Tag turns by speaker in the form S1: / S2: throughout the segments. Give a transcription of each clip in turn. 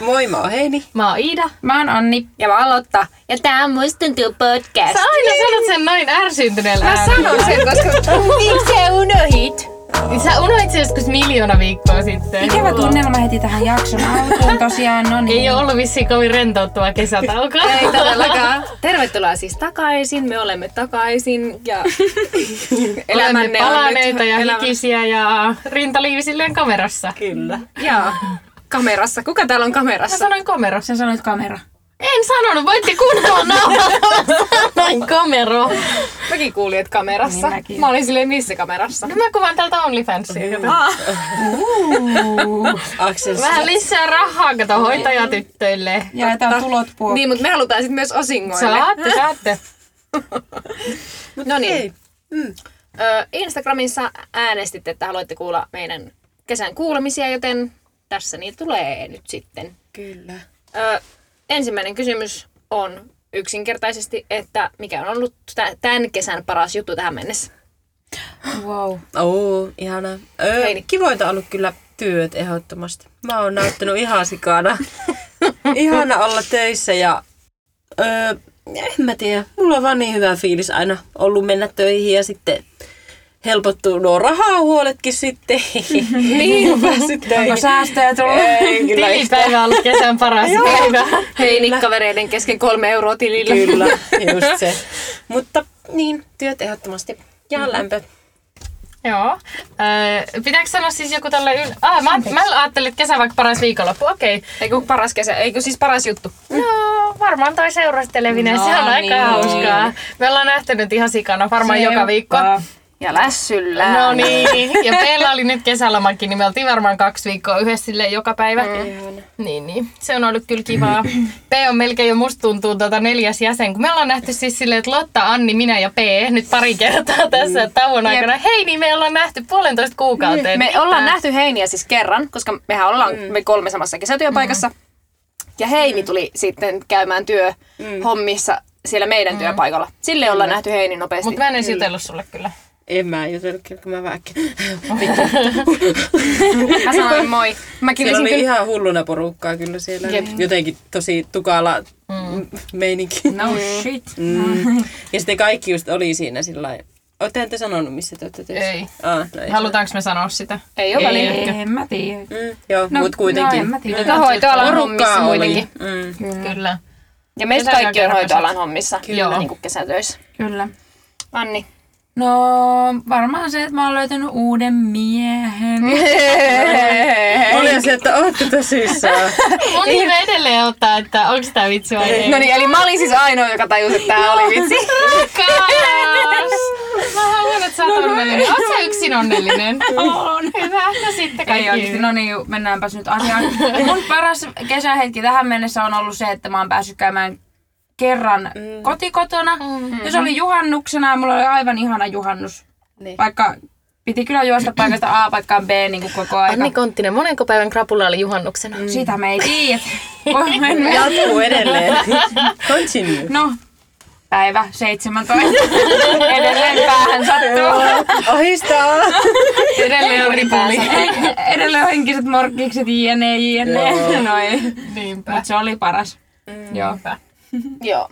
S1: Moi, mä oon Heini.
S2: Mä oon Iida.
S3: Mä oon Anni.
S1: Ja mä aloin Lotta. Ja tää on Muistun Työ podcast.
S2: Sä aina sanot sen noin ärsyyntyneellä
S3: Mä
S2: äänellä. Niin
S3: sanon sen, koska
S1: Miksi sä unohit?
S2: Sä unohit sen joskus miljoona viikkoa sitten.
S3: ikävä tunnelma heti tähän jakson alkuun tosiaan. No niin.
S2: Ei oo ollut vissiin kovin rentouttava kesätauko.
S1: Ei todellakaan. Tervetuloa siis takaisin. Me olemme takaisin ja
S2: Olemme
S1: elämänne on nyt...
S2: palaneita ja
S1: elämä-
S2: hikisiä ja rintaliivisilleen kamerassa.
S1: Kyllä. Ja kamerassa. Kuka täällä on
S2: Mä
S1: kamerassa?
S2: sanoin kamera.
S3: Sä sanoit kamera.
S2: En sanonut, voitte kuunnella nauhalla. Sanoin kamero.
S1: Mäkin kuulin, että kamerassa.
S3: Niin mäkin.
S1: mä olin silleen, missä kamerassa?
S2: No mä kuvaan tältä OnlyFansia.
S1: Niin
S2: kato.
S4: Aksel,
S2: Vähän lisää rahaa, kato hoitajatyttöille.
S3: Jaetaan tulot puolta.
S1: Niin, mutta me halutaan sitten myös osingoille.
S2: Saatte, saatte.
S1: No niin. Mm. Ö, Instagramissa äänestitte, että haluatte kuulla meidän kesän kuulemisia, joten tässä niitä tulee nyt sitten.
S4: kyllä.
S1: Ö, ensimmäinen kysymys on yksinkertaisesti, että mikä on ollut tä- tämän kesän paras juttu tähän mennessä?
S3: Wow.
S4: Oo, ihana. Öö,
S1: Heini.
S4: kivoita ollut kyllä työt ehdottomasti. Mä oon nauttinut ihan sikana. ihana olla töissä ja... Öö, en mä tiedä. Mulla on vaan niin hyvä fiilis aina ollut mennä töihin ja sitten helpottuu nuo rahahuoletkin sitten. niin on päässyt töihin.
S3: Onko säästöjä tullut?
S4: Ei, kyllä yhtään.
S2: Tilipäivä on ollut kesän paras päivä.
S1: Hei, nikkavereiden kesken kolme euroa tilillä.
S4: Kyllä, just se. Mutta niin, työt ehdottomasti. Ja lämpö.
S2: Joo. Öö, pitääkö sanoa siis joku tälle yl... Ah, mä, mä ajattelin, että kesä vaikka paras viikonloppu. Okei.
S1: Eikö paras kesä, eikö siis paras juttu?
S2: No, varmaan toi seurastelevinen.
S3: No
S2: se on aika
S3: niin.
S2: hauskaa. Me ollaan nähty nyt ihan sikana, varmaan joka viikko.
S1: Ja lässyllä.
S2: No niin. Ja meillä oli nyt kesälomakin, niin me oltiin varmaan kaksi viikkoa yhdessä sille joka päivä. Mm. Niin, niin. Se on ollut kyllä kivaa. P on melkein jo musta tuntuu tota neljäs jäsen, kun me ollaan nähty siis silleen, että Lotta, Anni, minä ja P nyt pari kertaa tässä tauon aikana. Hei, niin me ollaan nähty puolentoista kuukauteen.
S1: Mm. Me ollaan nähty Heiniä siis kerran, koska mehän ollaan mm. Mm-hmm. me kolme samassa kesätyöpaikassa. Mm. Ja Heini tuli sitten käymään Mm. työhommissa siellä meidän mm. työpaikalla. Sille ollaan nähty Heini nopeasti.
S2: Mutta mä en edes jutellut sulle kyllä.
S4: En mä jutellut kyllä, kun mä väkkin.
S1: mä sanoin moi. Mä
S4: Siellä
S1: kirjasin
S4: oli
S1: kyllä.
S4: ihan hulluna porukkaa kyllä siellä.
S1: Jep.
S4: Jotenkin tosi tukala mm. meininki.
S3: No shit.
S4: Mm. Ja sitten kaikki just oli siinä sillä lailla. Ootte te sanonut, missä te olette töissä?
S2: Ei.
S4: Ah, no ei.
S2: Halutaanko me sanoa sitä?
S1: Ei ole väliä.
S2: Ei.
S3: En mä tiedä.
S4: Mm, joo,
S3: No,
S4: no, mutta kuitenkin.
S3: No, en mä tiedä.
S1: Tämä on hoitoalan
S4: Porukkaa
S1: hommissa
S4: oli.
S1: muitakin.
S4: Mm.
S2: Kyllä.
S1: Ja meistä
S2: Kesällä
S1: kaikki on
S2: käydään
S1: hoitoalan
S2: kesällä.
S1: hommissa.
S2: Kyllä.
S1: Niin kuin kesätöissä.
S3: Kyllä.
S1: Anni.
S3: No varmaan se, että mä oon löytänyt uuden miehen.
S4: Oli se, että ootte tosissaan.
S2: Mun nimi edelleen ottaa, että onko tämä vitsi vai ei.
S1: No niin, eli mä olin siis ainoa, joka tajusi, että tää oli vitsi.
S2: Rakas! Mä haluan, että sä oot onnellinen. Oot sä yksin onnellinen? Oon. Hyvä, no sitten
S3: Ei
S2: kaikki.
S3: oikeesti, no niin, juu, mennäänpäs nyt asiaan. Mun paras kesähetki tähän mennessä on ollut se, että mä oon päässyt käymään kerran mm. kotikotona. Mm-hmm. Ja se oli juhannuksena ja mulla oli aivan ihana juhannus. Niin.
S4: Niin.
S3: Vaikka piti kyllä juosta paikasta A paikkaan B niin kuin koko aika.
S2: Konttinen, monenko päivän krapula oli juhannuksena?
S3: Sitä me ei tiedä. Voi mennä.
S4: Jatkuu edelleen. Continue.
S3: No, päivä 17. Edelleen päähän sattuu.
S4: Ahistaa.
S3: Edelleen on
S2: ripuli.
S3: Edelleen on henkiset morkkikset, jne, jne.
S4: Joo.
S3: No ei.
S2: Niinpä.
S3: Mut se oli paras. Joo.
S1: Joo.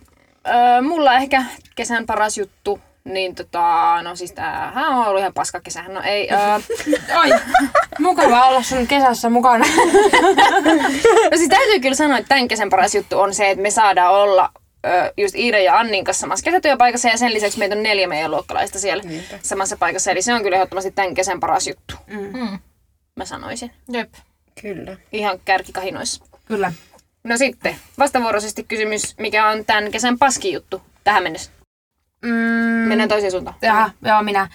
S1: Öö, mulla ehkä kesän paras juttu, niin tota, no siis tämähän on ollut ihan paska kesähän, no ei. Öö,
S3: Oi, mukava olla sun kesässä mukana.
S1: no siis täytyy kyllä sanoa, että tämän kesän paras juttu on se, että me saadaan olla öö, just Iida ja Annin kanssa samassa kesätyöpaikassa ja sen lisäksi meitä on neljä meidän luokkalaista siellä samassa paikassa. Eli se on kyllä ehdottomasti tämän kesän paras juttu,
S2: Mm.
S1: mä sanoisin.
S2: Jep.
S4: Kyllä.
S1: Ihan kärkikahinoissa.
S3: Kyllä.
S1: No sitten, vastavuoroisesti kysymys, mikä on tämän kesän paski juttu tähän mennessä?
S3: Mm,
S1: Mennään toiseen suuntaan.
S3: Jaha, joo, minä.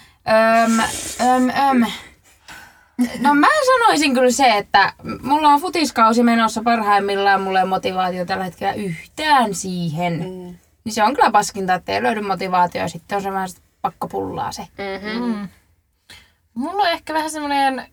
S3: Öm, öm, öm. No mä sanoisin kyllä se, että mulla on futiskausi menossa parhaimmillaan, mulla ei ole motivaatio tällä hetkellä yhtään siihen. Mm. Niin se on kyllä paskinta, että ei löydy motivaatio, sitten on se vähän sit pakko pullaa se.
S1: Mm-hmm.
S2: Mulla on ehkä vähän semmoinen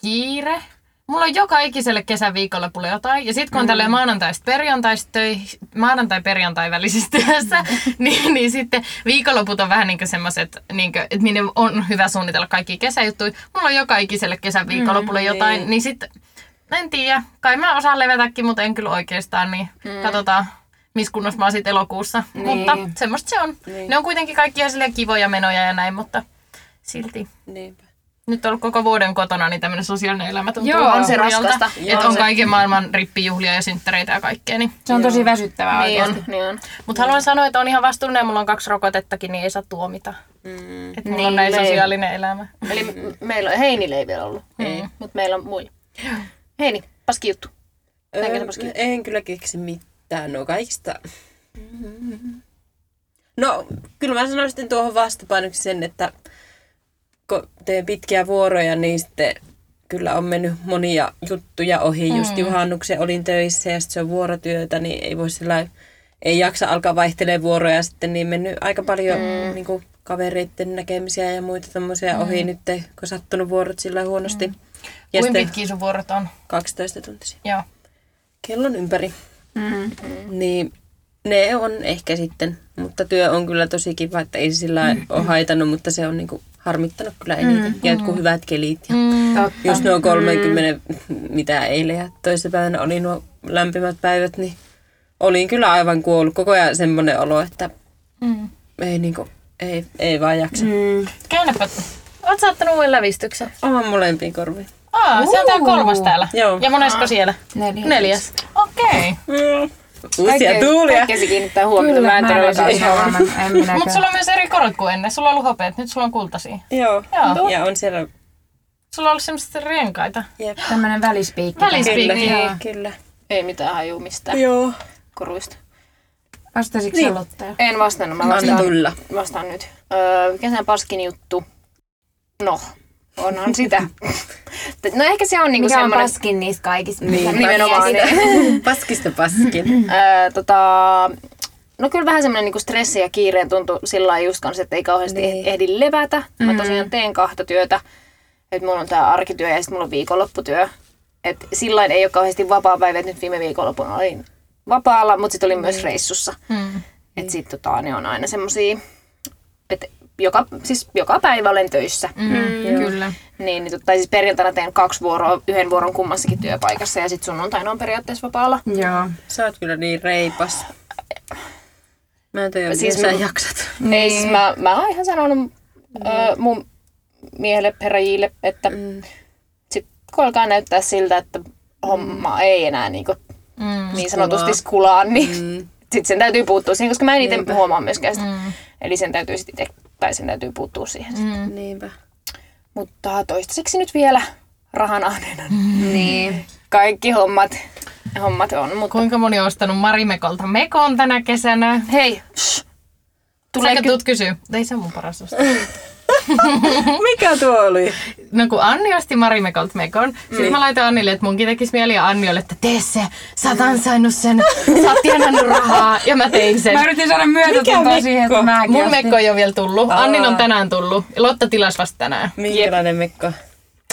S2: kiire. Mulla on joka ikiselle kesän viikonlopulle jotain. Ja sit kun on tälleen maanantaista perjantaista töihin, maanantai perjantai välisessä työssä, niin, niin, sitten viikonloput on vähän niin semmoiset, niin että minne Mm, on hyvä suunnitella kaikki kesäjuttuja. Mulla on joka ikiselle kesän viikonlopulle jotain, niin sitten en tiedä. Kai mä osaan levätäkin, mutta en kyllä oikeastaan, niin mm. katsotaan missä kunnossa mä oon sit elokuussa. Niin. Mutta semmoista se on. Niin. Ne on kuitenkin kaikki ihan silleen kivoja menoja ja näin, mutta silti.
S4: Niinpä.
S2: Nyt on ollut koko vuoden kotona, niin tämmöinen sosiaalinen elämä tuntuu
S1: Joo, on se
S2: hurjalta.
S1: raskasta. Joo,
S2: Että on
S1: se-
S2: kaiken maailman rippijuhlia ja synttäreitä ja kaikkea. Niin.
S3: Se on tosi väsyttävää
S1: Niin
S3: oikeasti.
S1: on, niin on.
S2: Mutta haluan sanoa, että on ihan vastuullinen ja mulla on kaksi rokotettakin, niin ei saa tuomita. Mm. Että mulla on
S1: Niin,
S2: näin
S1: leiv-
S2: sosiaalinen elämä.
S1: Eli m- meillä on, Heinillä ei vielä ollut, mm. mutta meillä on muilla. Heini, paski juttu. Näinkö se paski?
S4: Öö, en kyllä keksi mitään no kaikista. No, kyllä mä sanoin sitten tuohon vastapainoksi sen, että kun teen pitkiä vuoroja, niin sitten kyllä on mennyt monia juttuja ohi. Mm. Just juhannuksen olin töissä ja sitten se on vuorotyötä, niin ei voi sillä ei jaksa alkaa vaihtelee vuoroja sitten, niin mennyt aika paljon mm. niin kuin, kavereiden näkemisiä ja muita tämmöisiä ohi mm. nyt, kun sattunut vuorot sillä huonosti. Mm. Ja
S2: Kuin
S4: sitten
S2: pitkiä sun vuorot on?
S4: 12 tuntisia
S2: Joo.
S4: kellon ympäri. Mm-hmm. Niin ne on ehkä sitten, mutta työ on kyllä tosi kiva, että ei se sillä mm-hmm. ole haitannut, mutta se on niinku harmittanut kyllä eniten. Mm-hmm. Ja jotkut hyvät kelit ja
S2: Mm.
S3: Totta.
S4: just nuo 30, mm. mitä eilen ja toissapäivänä oli nuo lämpimät päivät, niin olin kyllä aivan kuollut. Koko ajan semmoinen olo, että
S2: Mm.
S4: ei, niinku, ei, ei vaan jaksa. Mm.
S3: Mm.
S2: Käännäpä. Oot saattanut uuden lävistyksen.
S4: Oman molempiin korviin.
S2: Aa, se on tää kolmas täällä.
S4: Joo.
S2: Ja monesko siellä?
S3: Neljäs.
S2: Neljäs. Okei. Okay.
S4: Mm. Uusia tuulia.
S1: Kaikkea se kiinnittää huomiota.
S3: Kyllä,
S1: mä en todella
S3: ainakaan
S1: saa.
S3: saa. En minäkään.
S2: Mutta sulla on myös eri korot kuin ennen. Sulla on ollut hopeat, nyt sulla on kultaisia.
S4: Joo.
S2: Joo.
S4: Ja on siellä.
S2: Sulla on ollut semmoista renkaita.
S4: Jep.
S3: Tämmönen välispiikki.
S2: Välispiikki.
S4: Kyllä,
S2: Niin.
S4: kyllä.
S1: Ei mitään hajuu mistään
S4: Joo.
S1: koruista.
S3: Vastasitko niin. aloittaa?
S1: En vastannut, mä
S4: Anna
S1: vastaan,
S4: tulla.
S1: vastaan nyt. Öö, kesän paskin juttu. No, onhan sitä. no ehkä se on niinku
S3: Mikä on
S1: semmoinen...
S3: paskin niistä kaikista?
S4: Niin,
S1: Nimenomaan
S4: paskin. Paskista paskin.
S1: Öö, tota, no kyllä vähän semmoinen niinku stressi ja kiireen tuntu sillä lailla just kanssa, että ei kauheasti niin. ehdi levätä. Mä tosiaan teen kahta työtä. Että mulla on tää arkityö ja sitten mulla on viikonlopputyö. Et sillä lailla ei ole kauheasti vapaa päivä, että nyt viime viikonloppuna olin vapaalla, mutta sitten olin myös reissussa.
S2: Mm.
S1: Et sit, tota, ne on aina semmosia, että joka, siis joka päivä olen töissä. Mm.
S2: Mm, kyllä.
S1: Niin, niin, tot- tai siis perjantaina teen kaksi vuoroa, yhden vuoron kummassakin työpaikassa ja sitten sunnuntaina on periaatteessa vapaalla.
S3: Joo.
S4: Sä oot kyllä niin reipas. Mä en tiedä,
S1: Siis
S4: siis sä
S1: mä-
S4: jaksat.
S1: Niin. Ei, siis mä, mä oon ihan sanonut mm. ö, mun miehelle, peräjille, että mm. sit, kun alkaa näyttää siltä, että homma ei enää niin, kuin,
S2: Mm.
S1: niin sanotusti skulaan, niin mm. sit sen täytyy puuttua siihen, koska mä en itse huomaa myöskään sitä. Mm. Eli sen täytyy sit ite, tai sen täytyy puuttua siihen. Mm.
S4: Niinpä.
S1: Mutta toistaiseksi nyt vielä rahan ahneena.
S3: Niin.
S1: Kaikki hommat, hommat on, mutta
S2: Kuinka moni on ostanut Marimekolta Mekon tänä kesänä?
S1: hei, shh.
S2: Tulee
S1: Tulee
S2: Säkö
S1: ky-
S2: tuut kysyä? Ei se on mun paras osta.
S4: Mikä tuo oli?
S2: No kun Anni osti Marimekolta Mekon, sitten mä laitoin Annille, että munkin tekisi mieli ja Anni oli, että tee se, sä oot ansainnut sen, sä oot tienannut rahaa ja mä tein sen.
S3: Mä yritin saada myötätuntoa
S4: Mikä
S3: siihen,
S4: Mikko?
S3: että mäkin
S2: Mun
S3: ostin.
S2: Mekko ei ole vielä tullut. Annin on tänään tullut. Lotta tilasi vasta tänään.
S4: Minkälainen Mikko?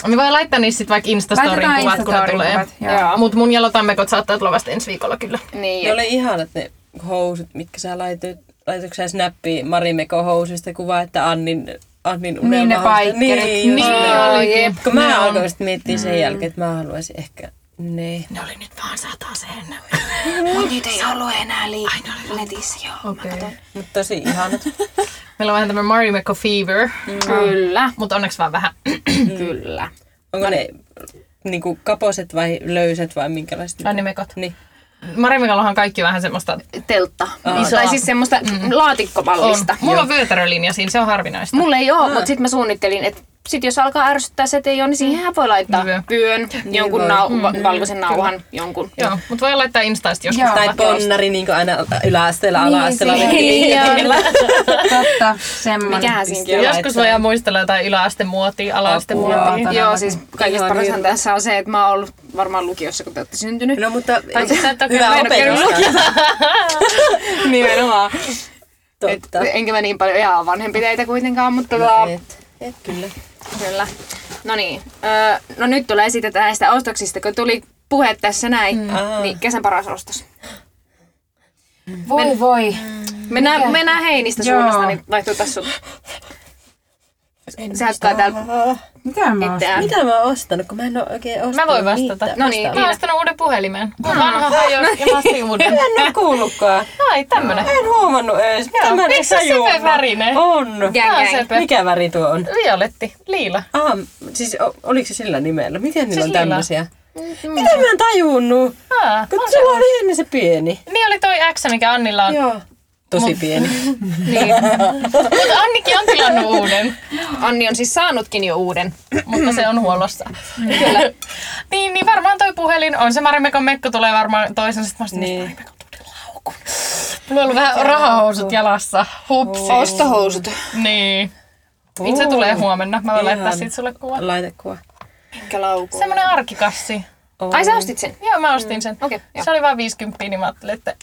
S2: Me voi laittaa niistä sitten vaikka Instastorin
S3: Laitetaan
S2: kuvat, kun ne
S3: Instastorin
S2: tulee.
S3: kuvat, joo.
S1: Joo.
S2: Mutta mun ja Lotan mekot saattaa tulla vasta ensi viikolla kyllä.
S1: niin,
S4: Ne oli ihanat ne housut, mitkä sä laitoit. Laitoitko sä snappiin Marimeko housuista kuvaa, että Annin, Annin
S3: Niin ne
S4: unelmahousuista?
S3: paikkerit.
S4: Niin, just
S2: Niin
S4: ne. Mm.
S2: olikin.
S1: jep.
S4: Kun mä alkoin sitten miettiä sen jälkeen, että mä haluaisin ehkä... Niin.
S2: Ne oli nyt vaan sataseen.
S1: Nyt ei ollut enää liikaa netissä, joo.
S2: Okei. Okay.
S4: Mutta tosi ihanat.
S2: Meillä on vähän tämmöinen Mari Mekko fever,
S1: Kyllä,
S2: mutta onneksi vaan vähän.
S1: Mm. kyllä.
S4: Onko ne niinku kaposet vai löysät vai minkälaiset?
S2: Anni Mekot.
S4: Niin.
S2: Mari Mekollahan kaikki vähän semmoista
S1: Teltta.
S2: Isoa.
S1: Tai siis semmoista mm.
S2: on.
S1: laatikkomallista.
S2: Mulla on vyötärölinja siinä, se on harvinaista.
S1: Mulla ei ole, mutta sitten mä suunnittelin, että sit jos alkaa ärsyttää se, että ei ole, niin siihenhän voi laittaa
S2: Niin voi.
S1: pyön, jonkun
S4: voi.
S1: nau- va- valkoisen nauhan, jonkun.
S2: Joo, mutta voi laittaa Instasta joskus.
S3: Joo.
S4: Tai ponnari niin kuin aina yläasteella, ala-asteella.
S3: se-
S4: Niin,
S3: Totta, semmonen.
S1: Mikähän siinä
S4: Joo.
S1: on?
S2: Joskus voi muistella jotain yläastemuotia, alaastemuotia.
S3: Apua.
S1: Joo, siis kaikista
S4: Ihan
S1: parashan
S4: hirveä.
S1: tässä on se, että mä oon ollut varmaan lukiossa, kun te olette syntynyt.
S4: No mutta
S1: Tai siis sä et oo
S4: hyvä
S1: käynyt- mä en oo
S4: opetus.
S1: Nimenomaan. Et,
S4: Totta.
S1: enkä mä niin paljon ihan vanhempi teitä kuitenkaan, mutta tota,
S4: No, et, et, kyllä.
S1: Kyllä. No niin. Öö, no nyt tulee sitten näistä ostoksista, kun tuli puhe tässä näin, mm. niin kesän paras ostos.
S3: Voi voi. Mm.
S1: Mennään, mennään Heinistä
S3: Joo.
S1: suunnasta, niin vaihtuu tässä sun.
S5: En
S1: Se hakkaa täällä
S3: Mitä mä ostin?
S1: itseään.
S4: Ah. Mitä mä oon ostanut, kun mä en oo oikein ostanut
S2: Mä voin vastata.
S1: No niin,
S2: Mä oon
S1: Iida.
S2: ostanut uuden puhelimen. Mun vanha hajosi ja mä ostin uuden.
S4: Mä en oo kuullutkaan.
S2: Ai, tämmönen.
S4: Mä en huomannut ees. Mitä mä en
S2: Eikö se
S4: tajua?
S2: sepe värinen?
S4: On.
S1: Gang,
S2: Tää on
S1: gang.
S2: sepä.
S4: Mikä väri tuo on?
S2: Violetti, liila.
S4: Ah, siis o- oliko se sillä nimellä? Miten niillä on
S2: Siis lila.
S4: tämmöisiä? Mitä mä en tajunnut?
S2: Aa,
S4: Kun
S2: on se.
S4: sulla oli ennen se pieni.
S2: Niin oli toi X, mikä Annilla on.
S4: Joo. Tosi pieni.
S2: Niin. Mutta Annikin on tilannut uuden,
S1: Anni on siis saanutkin jo uuden.
S2: mutta se on huollossa. Kyllä. niin, niin varmaan toi puhelin on. Se Marimekon mekko tulee varmaan toisen. Sitten mä ostin niin.
S4: niin.
S2: Marimekon tuli laukun. Mulla on ollut vähän rahahousut jalassa. Hupsi.
S1: Ostohousut.
S2: Niin. Itse tulee huomenna. Mä voin laittaa
S4: Ihan.
S2: siitä sulle kuva.
S4: Laitekuva.
S1: Minkä lauku?
S2: Semmonen arkikassi.
S1: Ai sä ostit sen?
S2: Joo, mä ostin sen.
S1: Okei, joo.
S2: se oli vaan 50, niin mä ajattelin, että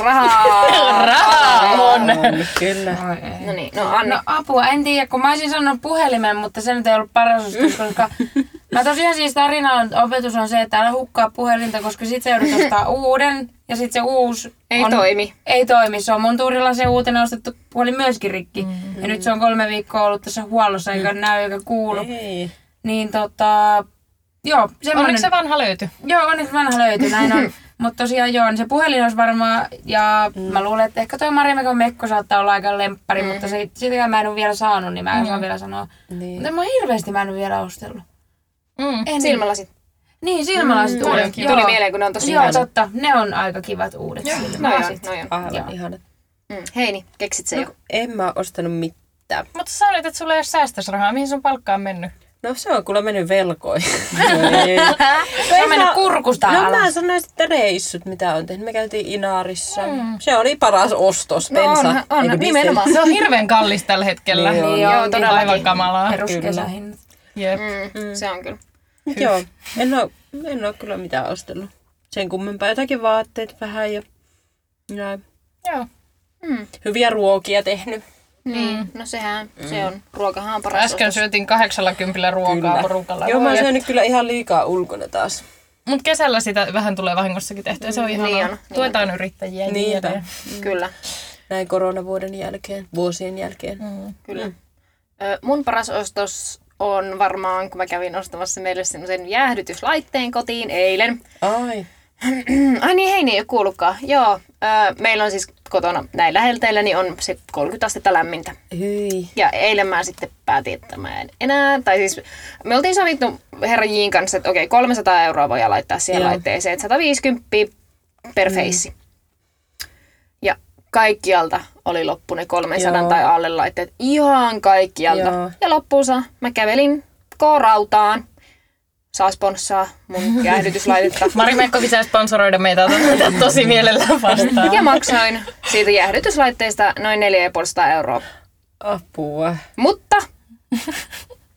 S1: Rahaa.
S2: rahaa on.
S4: On, kyllä.
S3: Oi ei.
S1: No niin, no Anni.
S3: No apua, en tiedä, kun mä olisin sanonut puhelimen, mutta se nyt ei ollut paras ostos, koska mä tosiaan siis tarinan opetus on se, että älä hukkaa puhelinta, koska sit se joudut ostaa uuden ja sit se uusi
S1: Ei
S3: on,
S1: toimi.
S3: Ei toimi, se on mun tuurilla se uutena ostettu puhelin myöskin rikki. Mm. Ja nyt se on kolme viikkoa ollut tässä huollossa, eikä näy eikä kuulu.
S4: Ei.
S3: Niin tota, joo, semmoinen.
S2: Onneksi se vanha löytyi.
S3: Joo, onneksi vanha löytyi, näin on. Mutta tosiaan joo, niin se puhelin olisi varmaan, ja mm. mä luulen, että ehkä toi Marimekon Mekko saattaa olla aika lemppari, mm. mutta se, sitäkään mä en ole vielä saanut, niin mä en osaa vielä sanoa.
S4: Niin.
S3: Mutta mä hirveästi mä en ole vielä ostellut.
S2: Mm.
S3: En.
S1: Silmälasit.
S3: Niin, silmälasit mm, uudet.
S1: Tuli mieleen, kun ne on tosi
S3: Joo,
S1: hyvät.
S3: totta. Ne on aika kivat uudet
S1: No joo,
S3: silmälasit.
S1: no joo.
S4: Aivan
S3: Joo.
S4: Ah, ihana.
S1: Mm. Heini, keksit
S3: No,
S1: se jo.
S4: En mä oo ostanut mitään.
S2: Mutta sä sanoit, että sulla ei ole säästösrahaa. Mihin sun palkka on mennyt?
S4: No se on kuule mennyt velkoihin. Ei.
S3: Se on mennyt kurkusta
S4: No
S3: alas.
S4: mä sanoisin, että reissut, mitä on tehnyt. Me käytiin Inaarissa. Se oli paras ostos, bensa.
S1: onhan- onhan,
S4: Eiku diesel.
S1: nimenomaan.
S2: Se on hirveän kallis tällä hetkellä.
S4: Niin on.
S2: Joo,
S1: Joo,
S2: todella aivan
S1: todellakin.
S2: kamalaa.
S3: Peruskesähinnat.
S2: Jep.
S1: Mm. Se on kyllä.
S4: Mut Joo, en oo, en oo kyllä mitään ostellut. Sen kummempaa jotakin vaatteet vähän ja näin.
S2: Joo.
S4: Hyviä ruokia tehnyt.
S3: Mm.
S1: Niin, no sehän, se on. Ruokahan on paras
S2: Äsken syötiin 80 ruokaa
S4: Kyllä.
S2: porukalla.
S4: Joo, mä oon syönyt kyllä ihan liikaa ulkona taas.
S2: Mutta kesällä sitä vähän tulee vahingossakin tehtyä. Se on ihanaa.
S1: Niin on, niin
S2: Tuetaan yrittäjiä. ja niin
S4: Niinpä.
S2: edelleen.
S1: otos. Kyllä,
S4: Näin koronavuoden jälkeen, vuosien jälkeen.
S1: kyllä. Ö, mun paras ostos on varmaan, kun mä kävin ostamassa meille semmoisen jäähdytyslaitteen kotiin eilen.
S4: Ai.
S1: Ai niin, Heini ei ole kuullutkaan. Joo, ö, meillä on siis kotona näillä helteillä, niin on se 30 astetta lämmintä.
S4: Hyi.
S1: Ja eilen mä sitten päätin, että mä en enää, tai siis me oltiin sovittu herra Jin kanssa, että okei 300 euroa voi laittaa siihen
S4: Joo. Niin.
S1: laitteeseen, että 150 per face. Ja kaikkialta oli loppu ne 300
S4: Joo.
S1: tai alle laitteet, ihan kaikkialta.
S4: Joo.
S1: Ja loppuunsa mä kävelin K-rautaan, saa sponssaa mun jäähdytyslaitetta.
S2: Mari Mekko pitää sponsoroida meitä. Otan tätä tosi mielellään vastaan.
S1: ja maksoin siitä jäähdytyslaitteesta noin 450 euroa.
S4: Apua.
S1: Mutta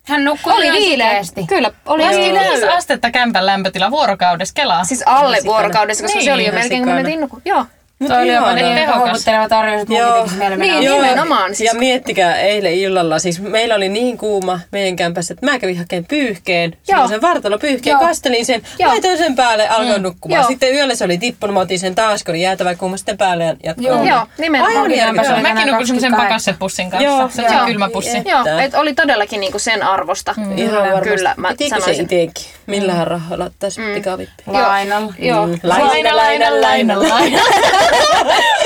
S3: Hän nukkui
S1: oli
S3: ihan
S1: viileä.
S3: sikeästi.
S1: Kyllä, oli
S2: Laski
S1: ihan
S2: viisi astetta kämpän lämpälämpötila vuorokaudessa. Kelaa.
S1: Siis alle vuorokaudessa, koska
S2: Niin,
S1: se oli jo
S4: ihan
S1: melkein kun
S4: sikana.
S1: menet innuku. Joo,
S4: Mut
S3: Toi oli jopa
S4: ihanaa.
S3: niin
S2: Tehokas.
S3: houkutteleva tarjous, että mun
S4: Joo.
S3: pitikö meillä mennä
S1: Niin,
S3: ostamaan.
S1: nimenomaan. Siis,
S4: Ja miettikää eilen illalla, siis meillä oli niin kuuma meidän kämpässä, että mä kävin hakemaan pyyhkeen, semmoisen vartalopyyhkeen,
S1: Joo.
S4: kastelin sen,
S1: Joo. Mm.
S4: laitoin sen päälle, alkoin nukkumaan.
S1: Joo.
S4: Sitten yöllä se oli tippunut, mä otin sen taas, kun oli jäätävä kuuma, sitten päälle ja jatkoin.
S1: joo, joo,
S4: Aivan
S1: nimenomaan.
S4: järkyttävää.
S3: se
S2: Joo,
S3: oli
S2: mäkin
S3: tänään
S2: nukuin semmoisen
S3: 28.
S2: pakasepussin kanssa.
S4: Joo,
S2: Joo, se on
S1: joo.
S2: kylmä pussi.
S1: Joo,
S4: Että-
S1: et oli todellakin niinku sen arvosta. Mm.
S4: Ihan varmasti.
S1: Kyllä, mä
S4: Pitikö se
S1: sanoisin.
S4: itsekin? Millähän rahalla ottaisi mm. pikavippi?
S3: Lainalla.
S1: Joo,
S2: Laina, laina, laina, laina.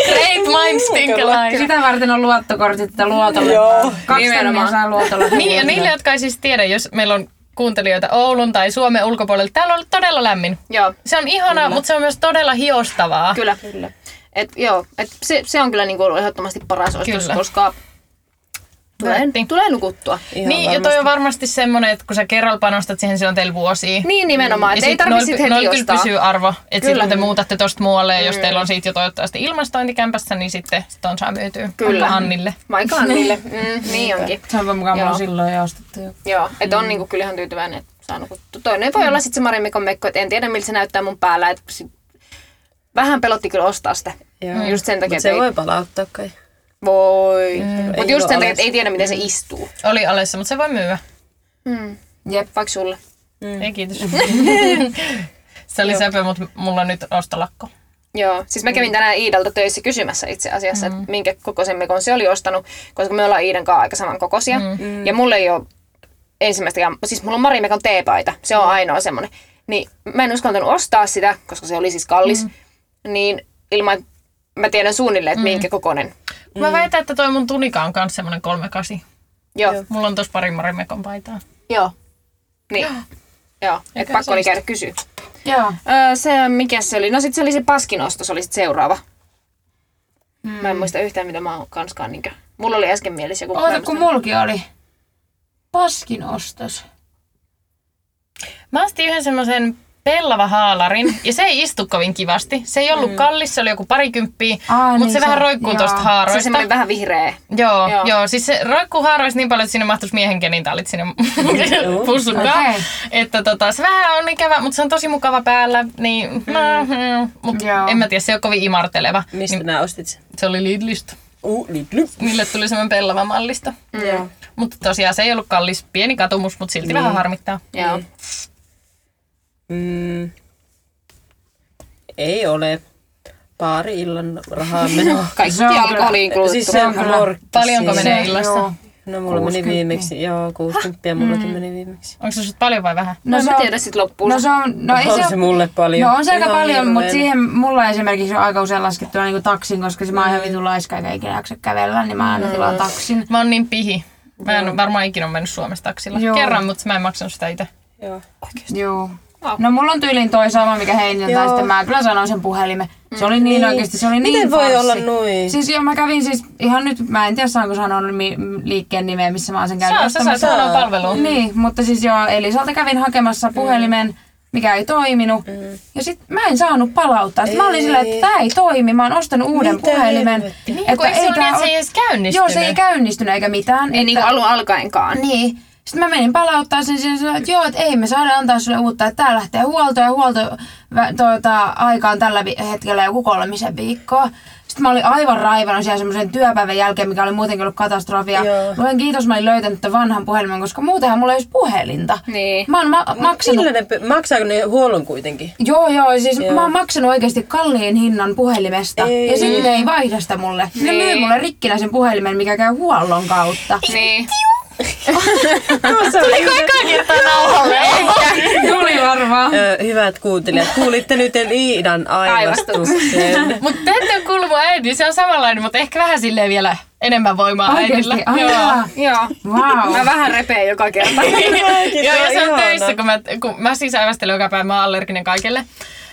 S2: Great minds think alike.
S3: Sitä varten on luottokortit, että luotolle.
S4: Joo.
S3: Kaksi tonnia
S1: Nimenomaan.
S3: saa luotolle.
S2: Niin, ja niille, jotka ei siis tiedä, jos meillä on kuuntelijoita Oulun tai Suomen ulkopuolella, täällä on ollut todella lämmin.
S1: joo,
S2: Se on ihanaa, mutta se on myös todella hiostavaa.
S1: kyllä. kyllä. Et, joo, et se, se on kyllä niinku ollut ehdottomasti paras ostos,
S2: Kyllä.
S1: koska tulee,
S2: Väätti.
S1: tulee nukuttua.
S4: Ihan
S2: niin, ja
S4: varmasti.
S2: toi on varmasti semmoinen, että kun sä kerralla panostat siihen, se on teillä vuosia.
S1: Niin nimenomaan,
S2: Ja
S1: et ei
S2: sit
S1: tarvitse
S2: noilla,
S1: sit
S2: py- noilla
S1: heti
S2: kyllä
S1: ostaa.
S2: pysyy arvo, että sit
S1: Kyllä.
S2: kun
S1: Mm.
S2: te muutatte tosta muualle, ja jos teillä on siitä jo toivottavasti ilmastointikämpässä, niin sitten sit on saa myytyä
S1: Kyllä.
S2: Vaikka Annille.
S1: Vaikka Annille. Mm, niin onkin.
S3: Se on mukaan mulla
S1: Joo.
S3: silloin jo ostettu. jo.
S1: Joo, että on niinku kyllähän tyytyväinen, että saa nukuttua. Toinen voi olla sitten se Marimekon mekko, että en tiedä miltä se näyttää mun päällä. Et si- vähän pelotti kyllä ostaa sitä.
S4: Joo.
S1: Mm, Just sen takia,
S4: Mut
S1: että
S4: se
S1: ei...
S4: voi palauttaa kai.
S1: voi. Mm,
S4: Ei
S1: Mutta just
S4: ole
S1: sen takia,
S4: alas.
S1: että ei tiedä miten se istuu.
S2: Oli alessa, mutta se voi myyä.
S1: Mm.
S3: Jep.
S1: Vaikka sulle. Mm.
S2: Ei kiitos. se oli söpö, mutta mulla on nyt ostolakko.
S1: Joo, siis mä kävin tänään Iidalta töissä kysymässä itse asiassa, mm. että minkä kokoisen mekon se oli ostanut, koska me ollaan Iidan kanssa aika saman kokoisia. Mm. Ja mulle ei ole ensimmäistäkään, siis mulla on Marimekon teepaita, se on ainoa semmoinen. Niin mä en uskaltanut ostaa sitä, koska se oli siis kallis, mm. niin ilman, että mä tiedän suunnilleen, että minkä kokoinen.
S2: Mä
S1: Mm.
S2: väitän, että toi mun tunika on kans semmonen 38.
S1: Joo, joo.
S2: Mulla on tossa pari marimekon paitaa.
S1: joo. Niin, joo, että pakko oli käydä kysyä.
S3: Joo.
S1: Öö, se, mikä se oli? No sit se oli se paskinostos, oli sit seuraava. Mm. Mä en muista yhtään, mitä mä oon kanskaan niinkö. Mulla oli äsken mielessä joku.
S3: Oota, kun mulki oli. Paskin ostos.
S2: Mä ostin yhden semmoisen pellava haalarin, ja se ei istu kovin kivasti. Se ei ollut mm. kallis, se oli joku parikymppiä,
S3: Aa,
S2: mutta
S3: niin
S2: se,
S3: se-
S2: vähän roikkuu
S3: joo.
S2: tuosta
S3: Se on
S1: Se on
S2: haaroista.
S1: semmoinen vähän vihreä.
S2: Joo,
S1: Joo.
S2: joo. joo, siis se roikkuu haaroista niin paljon, että sinne mahtuisi miehen kenintaalit sinne pussukaan.
S3: Okei.
S2: Että tota, se vähän on ikävä, mutta se on tosi mukava päällä, niin mm. mutta
S3: Joo.
S2: en mä tiedä, se ei ole kovin imarteleva.
S4: Mistä
S1: Mm.
S4: nää ostit sen?
S2: Se oli Lidlistä.
S4: Uh, Lidl.
S2: Mille tuli semmoinen pellava mallista.
S1: Mm,
S4: Joo.
S2: Mutta tosiaan se ei ollut kallis, pieni katumus, mutta silti vähän harmittaa.
S3: Niin.
S1: Joo.
S4: Mm. Ei ole. Pari illan rahaa menoa.
S1: Kaikki
S3: Se on
S1: alkoholiin
S4: No
S1: kulutettu.
S4: siis se on lorkki.
S2: Paljonko
S4: siis.
S2: menee
S3: Se,
S2: illassa?
S3: joo.
S4: No mulla meni viimeksi. Joo, 60 mullakin meni viimeksi.
S2: Onko se sut paljon vai vähän?
S1: No,
S3: No, se
S1: mä
S3: on,
S1: tiedän sit loppuun.
S3: no se on, no ei
S4: on
S3: se,
S4: se mulle paljon.
S3: No on se aika
S4: Ihan
S3: paljon,
S4: hirveä.
S3: mutta siihen mulla esimerkiksi on aika usein laskettuna niin taksin, koska se mä oon ihan vitun laiska eikä ikinä jaksa kävellä, niin mä aina tilaan taksin.
S2: Mä oon niin pihi. Mä en varmaan ikinä ole mennyt Suomessa taksilla.
S3: Joo.
S2: Kerran, mutta mä en maksanut sitä itse.
S4: Joo.
S3: Joo. No mulla on tyylin toi sama, mikä Heiniltä, tai
S4: Joo.
S3: sitten mä kyllä sanoin sen puhelimen. Se oli niin, oikeasti, se oli niin
S4: Miten voi
S3: farssi.
S4: olla niin? noin?
S3: Siis joo, mä kävin siis ihan nyt, mä en tiedä saanko sanoa mi- liikkeen nimeä, missä mä oon sen käynyt
S2: Saa, sä
S3: ostamassa.
S2: saat huonoa palvelua.
S3: Niin, mutta siis joo, Elisalta kävin hakemassa
S4: Mm.
S3: puhelimen, mikä ei toiminut. Ja sit mä en saanut palauttaa. Sit mä olin
S4: Ei.
S3: silleen, että tää ei toimi, mä oon ostanut uuden
S4: Mitä
S3: puhelimen.
S4: helvettiä?
S2: Niin, kun eikö se ole niin,
S3: tää
S2: että se ei
S3: oo-
S2: edes käynnistynyt?
S3: Joo, se ei käynnistynyt eikä mitään.
S1: ei niinku alun alkaenkaan.
S3: Niin. Sitten mä menin palauttaa sen sinne ja sanoin, että joo, että ei me saada antaa sulle uutta, että tää lähtee huolto ja huolto vä- tuota, aikaan tällä vi- hetkellä joku kolmisen viikkoa. Sitten mä olin aivan raivana siellä semmoisen työpäivän jälkeen, mikä oli muutenkin ollut katastrofia.
S4: Joo.
S3: Luen kiitos, mä olin löytänyt tämän vanhan puhelimen, koska muutenhan mulla ei olisi puhelinta.
S1: Niin.
S3: Mä oon ma- maksanut...
S4: Millä ne, pe- maksaako ne huollon kuitenkin?
S3: Joo, joo, siis
S4: Joo.
S3: joo. mä oon maksanut oikeasti kalliin hinnan puhelimesta.
S4: Ei.
S3: Ja sitten ne ei vaihda sitä mulle. Ne
S1: Niin.
S3: myy mulle rikkinäisen puhelimen, mikä käy huollon kautta.
S1: Niin.
S4: Tuossa oli
S3: Tuli varmaan.
S4: Ö, hyvät kuuntelijat, kuulitte nyt Liidan aivastuksen.
S2: Mutta te ette ole kuullut mun äidin, se on samanlainen, mutta ehkä vähän silleen vielä enemmän voimaa
S3: Oikeesti,
S2: äidillä.
S3: aijaa.
S1: Joo.
S3: Wow.
S1: Mä vähän repeen joka kerta.
S2: Joo, ja se on
S4: Ihana.
S2: töissä, kun mä, kun mä siis aivastelen joka päivä, mä oon allerginen kaikelle.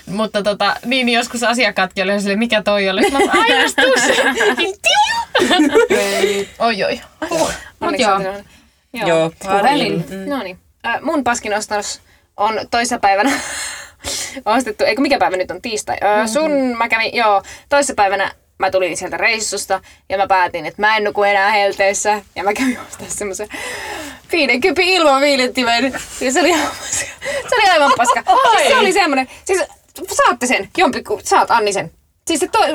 S2: Mutta tota, niin niin joskus asiakkaatkin oli ihan silleen, mikä toi oli. Sitten Mä oon, aivastus. oi, oi.
S1: Onneksi
S3: joo.
S1: on tilanne. Joo.
S4: Joo, parin.
S3: Puhelin.
S1: No niin. Äh, mun paskinostos on toissapäivänä ostettu, eikö mikä päivä nyt on tiistai? Öö, sun mä kävin, joo, toissapäivänä mä tulin sieltä reissusta ja mä päätin, että mä en nuku enää helteissä ja mä kävin ostamaan semmoisen 50 ilmaviilettimen ja se oli aivan paska. Se oli aivan paska. Siis se oli semmoinen, siis saatte sen, jompiku, saat Anni sen. Siis se, toi,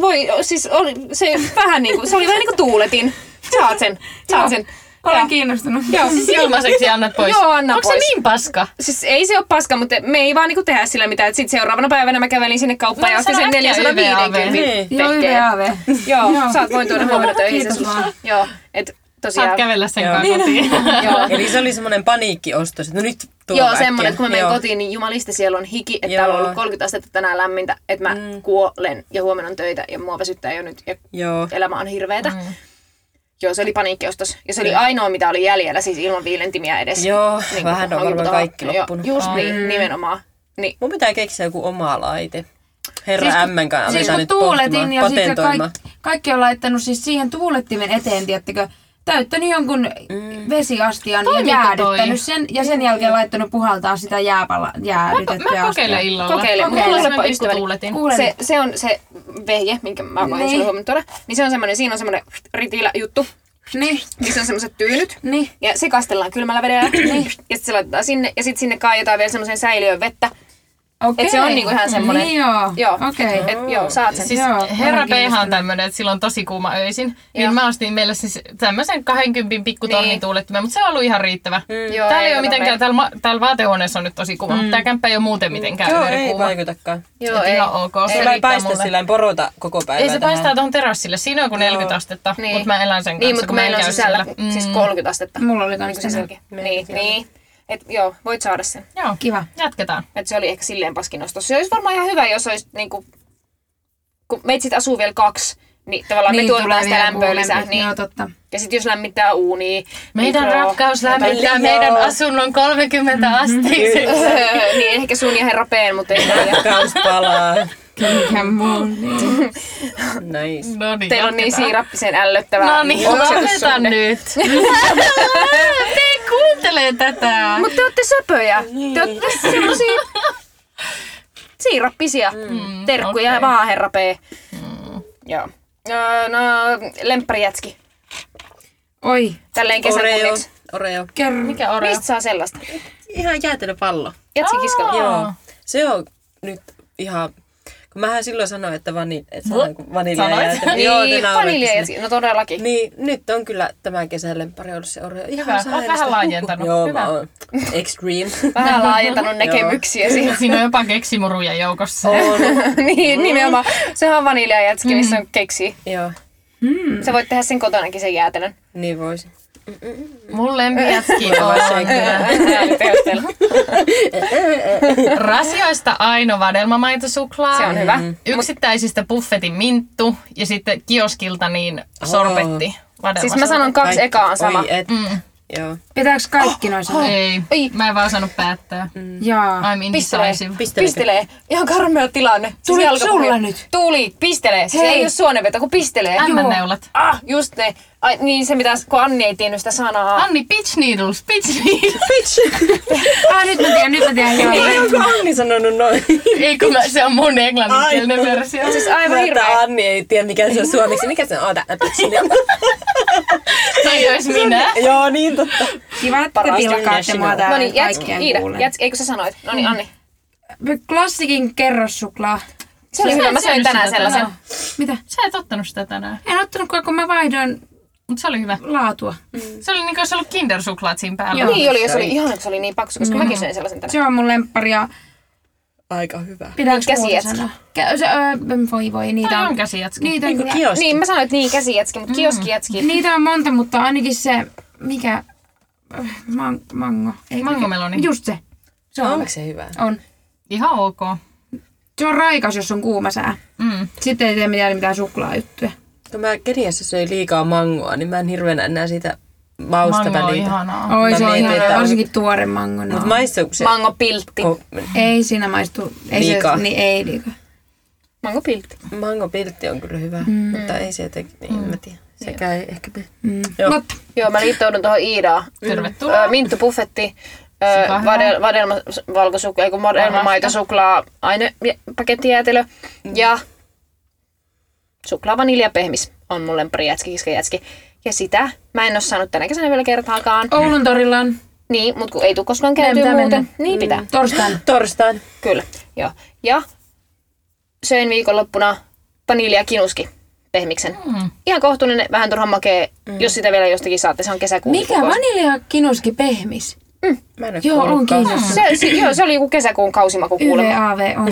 S1: voi, siis oli, se vähän niinku, se oli vähän niinku tuuletin. Saat sen, saat sen. Ja-
S3: Olen kiinnostunut.
S1: Joo,
S2: Siis ilmaiseksi annat pois.
S1: Joo, anna
S2: Onko
S1: pois.
S2: se niin paska?
S1: Siis ei se ole paska, mutta me ei vaan niinku tehdä sillä mitään. Sitten seuraavana päivänä mä kävelin sinne kauppaan
S2: No,
S1: ja ostin
S2: sano
S1: sen
S2: äkkiä
S1: 450
S4: Niin.
S3: Joo,
S1: pehkeä.
S3: YVAV.
S1: Joo,
S3: Joo.
S1: sä oot voin tuoda
S3: Joo,
S1: huomenna töihin
S3: kiitos
S1: sen.
S3: vaan.
S1: Joo, et tosiaan.
S2: Saat kävellä sen
S4: Joo.
S2: kanssa
S3: Niin.
S2: kotiin.
S1: Joo.
S4: Eli se oli semmoinen paniikkiostos, että no nyt tuo
S1: Joo,
S4: äkkiä.
S1: semmoinen, että kun mä menen
S4: Joo.
S1: kotiin, niin jumalista siellä on hiki, että
S4: Joo. Mm.
S1: täällä on ollut 30 astetta tänään lämmintä, että mä kuolen ja huomenna on töitä ja mua väsyttää jo nyt ja
S4: Joo.
S1: elämä on hirveetä. Joo, se oli paniikkiostos. Ja se oli ainoa, mitä oli jäljellä, siis ilman viilentimiä edes.
S4: Niin. Joo,
S1: Niinku
S4: vähän on varmaan
S1: hankintataho-
S4: kaikki
S1: Joo,
S4: loppunut.
S1: Just niin, nimenomaan. Niin,
S4: Mun pitää keksiä joku oma laite. Herra
S3: Siis
S4: siis,
S3: kun-
S4: M:n kanssa
S3: Siis
S4: aletaan
S3: kun
S4: nyt
S3: tuuletin
S4: pohtimaan,
S3: ja sitten
S4: patentoimaan.
S3: kaikki, kaikki on laittanut siis siihen tuulettimen eteen, tiettikö, täyttänyt jonkun
S1: Mm.
S3: vesiastian ja
S2: Toimiiko toi?
S3: jäädyttänyt sen ja sen jälkeen laittanut puhaltaa sitä jääpala,
S2: Mä
S3: jäädytettyä
S2: kokeilen
S3: astiaa.
S2: illalla.
S1: Kokeile.
S2: Mulla
S1: Kokeile.
S2: on semmoinen
S1: Ystävällinen.
S2: pikkutuuletin.
S3: Kuulen.
S1: Se, se on se vehje, minkä mä voin
S3: Niin.
S1: sulle huomenna tuoda. Niin se on semmoinen, siinä on semmoinen ritilä juttu,
S3: Niin,
S1: missä on semmoiset tyynyt.
S3: niin.
S1: Ja se kastellaan kylmällä vedellä. ja sitten se laitetaan sinne. Ja sitten sinne kaajetaan vielä semmoiseen säiliöön vettä.
S3: Okei.
S1: Et se on niinku ihan semmonen-
S3: Niin joo.
S1: Joo.
S3: Okei.
S1: Et, joo, saat sen.
S2: Siis
S3: Joo,
S2: herra
S3: olen
S2: PH on
S3: kiinnostunut.
S2: tämmöinen, että sillä on tosi kuuma öisin.
S1: Joo.
S2: Niin mä ostin meille siis tämmöisen 20 pikku
S1: Niin.
S2: niin. tuulettimen, mutta se on ollut ihan riittävä. Mm.
S1: Joo,
S2: täällä ei
S1: kato
S2: ole mitenkään,
S1: meillä.
S2: täällä, ma- täällä vaatehuoneessa on nyt tosi kuuma, mutta tää kämppä ei ole muuten mitenkään
S4: Joo,
S2: yhden
S4: ei
S2: kuuma.
S4: vaikutakaan.
S1: Joo,
S2: Et
S1: ei.
S2: ihan ok.
S4: Se ei
S2: riittää
S4: paista
S2: mulle.
S4: sillä porota koko päivää
S2: Ei se
S4: tähän.
S2: paistaa tuohon terassille. Siinä on kuin 40 astetta,
S1: Niin.
S2: mutta mä elän sen kanssa.
S1: Niin, mutta kun
S2: mä en
S1: meillä on
S2: käy
S1: sisällä
S2: siellä. Mm.
S1: siis 30 astetta.
S3: Mulla oli
S1: Niin
S3: kans
S1: kuin sisälläkin. Niin, niin. Et joo, voit saada sen.
S2: Mm. Joo,
S3: Kiva.
S2: jatketaan.
S1: Et se oli ehkä silleen paskinosto. Se olisi varmaan ihan hyvä, jos olisi niinku, kun meitä sit asuu vielä kaksi, niin tavallaan niin, me tuodaan sitä
S3: vielä
S1: lämpöä lisää.
S3: kuumempi.
S1: Niin.
S3: Joo, totta.
S1: Ja sitten jos lämmittää uunia,
S2: Meidän
S1: mikroa-
S2: rakkaus
S4: Joo.
S2: lämmittää meidän asunnon No 30 asteiseksi.
S1: Öö, niin ehkä sun ja herra Peen, mutta ei näin.
S4: Kans palaa.
S3: Mikä mun.
S1: Mm.
S3: Niin.
S4: Nice.
S2: No niin,
S1: Teillä on niin
S2: jatketaan.
S1: siirappisen ällöttävää
S2: No niin, lopeta nyt. Te kuuntelee tätä.
S1: Mutta te olette söpöjä. Niin. Te olette semmosia siirappisia. Mm, Terkkuja
S2: okei.
S1: okay. vaan, herra P. Mm. Joo. Öö, no, lemppärijätski.
S3: Oi,
S1: Tälleen kesän
S4: Oreo.
S1: kunniaksi.
S4: Oreo.
S3: kerro.
S2: Mikä Oreo?
S1: Mistä saa sellaista?
S4: Ihan jäätelö pallo.
S1: Jätskikiskalla.
S4: Joo. Se on nyt ihan... Kun mähän silloin sanoin, että vani, et sanan, kun vanilja
S2: Sanoit?
S4: jäätelö. Joo, te
S1: Niin,
S4: nauratte sinne.
S1: vaniljajätski. No todellakin.
S4: Niin, nyt on kyllä tämän kesän lemppari ollut se Oreo. Ihan
S2: Hyvä. Oot
S4: sairasta.
S2: vähän laajentanut.
S4: Joo,
S2: Hyvä.
S4: mä oon. Extreme.
S1: Vähän laajentanut näkemyksiä siihen.
S2: Siinä on jopa keksimuruja joukossa.
S4: on.
S1: niin, nimenomaan. Sehän on vaniljajätski, missä on keksi.
S4: Joo,
S1: Sä voit tehdä sen kotonakin sen jäätelön.
S4: niin voisi.
S2: Mun lempijätski
S4: Vai se
S2: on
S4: kyllä.
S1: Teostella.
S2: rasioista aino vadelmamaitosuklaa.
S1: Se on hyvä. Mm.
S2: Yksittäisistä buffetin minttu ja sitten kioskilta niin sorbetti. Oh.
S1: Siis mä sanon kaksi
S4: Ai-
S1: ekaa on sama.
S4: Oi, et. Mm. Joo.
S3: Pitääks kaikki noin sanoa?
S2: Ei,
S1: Ei.
S2: mä en vaan osannut päättää. Mm.
S3: Jaa.
S2: I'm
S1: Pistelee.
S2: indecisive.
S4: Pistelee.
S1: Pistelee. Ihan karmea tilanne.
S3: Tuliko
S1: Siis alkoi
S3: sulla
S1: puhua.
S3: nyt?
S1: Tuli. Pistelee. Siis
S3: Hei.
S1: ei ole suonenveto, kun pistelee.
S2: M-neulat.
S1: Ah, just ne. Ai, niin se mitä, kun Anni ei tiennyt sitä sanaa.
S2: Anni, pitch needles, pitch needles.
S3: Ah, nyt mä tiedän, nyt mä tiedän. Joo.
S4: Ei, onko Anni sanonut noin?
S2: Ei kun mä, se on mun englanninkielinen
S4: Ai.
S2: versio.
S1: Siis aivan
S4: Mä, että
S1: hirveä.
S4: Anni ei tiedä mikä se on suomeksi. Mikä se on? Oh, Ota,
S2: Toi ois minä.
S4: Joo, niin totta.
S3: Kiva, että te
S4: Parasta
S3: pilkkaatte mua
S4: yhdessä.
S1: No
S3: täällä.
S1: niin, jätski,
S3: kaikkien
S1: Iida,
S3: kuulen.
S1: jätski, eikö sä sanoit? No niin, Anni.
S3: Klassikin kerrossuklaa.
S1: Se oli
S2: Sä
S1: hyvä,
S2: et
S1: mä söin
S2: syönyt
S1: tänään
S2: sitä
S1: sellaisen.
S2: tänään.
S3: Mitä?
S2: Sä et ottanut sitä tänään,
S3: En ottanutkaan, kun mä vaihdoin
S2: mutta se oli hyvä.
S3: laatua.
S2: Se oli niinku, jos ollut kindersuklaat siinä päällä.
S3: Joo. Mm.
S1: Niin oli, jos oli ihana, kun se oli niin paksu, koska mäkin söin sellaisen tänään.
S3: Se on mun lemppari ja
S4: Aika hyvä.
S3: pitääks
S1: Käsi
S3: muuta
S1: jätski.
S3: sanoa? Kä- se, ö, voi voi, niitä
S2: Tämä on
S3: on.
S2: käsijätski.
S3: Niitä on,
S4: Niin kuin
S3: kyllä-
S4: kioski.
S1: Niin, mä sanoin, että niin käsijätski,
S3: Mm.
S1: mutta kioskijätski.
S3: niitä on monta, mutta ainakin se, mikä, ö, man, mango. Ei,
S2: Mangomeloni.
S3: Just se. Se on.
S4: Onko se hyvä?
S3: on.
S2: Ihan ok.
S3: Se on raikas, jos on kuuma sää.
S2: Mm.
S3: Sitten ei tee mitään, mitään suklaajuttuja.
S4: Kun mä Keniassa söin liikaa mangoa, niin mä en hirveänä enää siitä mausta
S2: Mango on
S4: välitä.
S2: ihanaa.
S3: Oi,
S4: No
S3: se on
S4: niin,
S3: ihan,
S4: tietää.
S3: varsinkin tuore mango. No.
S4: Mut maistuuko se?
S1: Mango piltti.
S4: Ko-
S3: Ei siinä maistu. Ei
S4: Liikaa.
S3: Se, niin ei liikaa.
S1: Mango piltti.
S4: Mango piltti on kyllä hyvä, mutta ei se jotenkin, niin en mä tiedä. Sekä ei ehkä me.
S3: Mm.
S4: Joo.
S3: Mutta
S1: Joo, mä liittoudun tuohon Iidaan.
S2: Tervetuloa.
S1: Ö, Minttu Buffetti, ö,
S2: Sika hyvä.
S1: vadel, vadelma, valkosuklaa, eiku, vadelma maito, suklaa, aine, pakettijäätelö
S3: Mm.
S1: ja suklaa, vanilja, pehmis on mun lemppari jätski, kiska jätski. Ja sitä mä en oo saanut tänä kesänä vielä kertaakaan.
S3: Oulun torilla on
S1: Niin, mut kun ei tuu koskaan käytyä
S3: Oh. pitää
S1: muuten.
S3: mennä. Mm.
S1: Niin pitää,
S3: torstaina.
S4: Torstain.
S1: kyllä. Joo. Ja söin viikonloppuna vanilja kinuski pehmiksen.
S2: Mm.
S1: Ihan kohtuullinen, vähän turhan makee, jos sitä vielä jostakin saatte, se on kesäkuun
S3: Mikä
S1: kokous.
S3: vanilja kinuski pehmis?
S4: Mä en oo
S3: Joo, on
S4: kuullutkaan.
S3: kiinnostunut.
S1: se, se, joo, se oli joku kesäkuun kausimaku kuulemma.
S3: Yle AV on.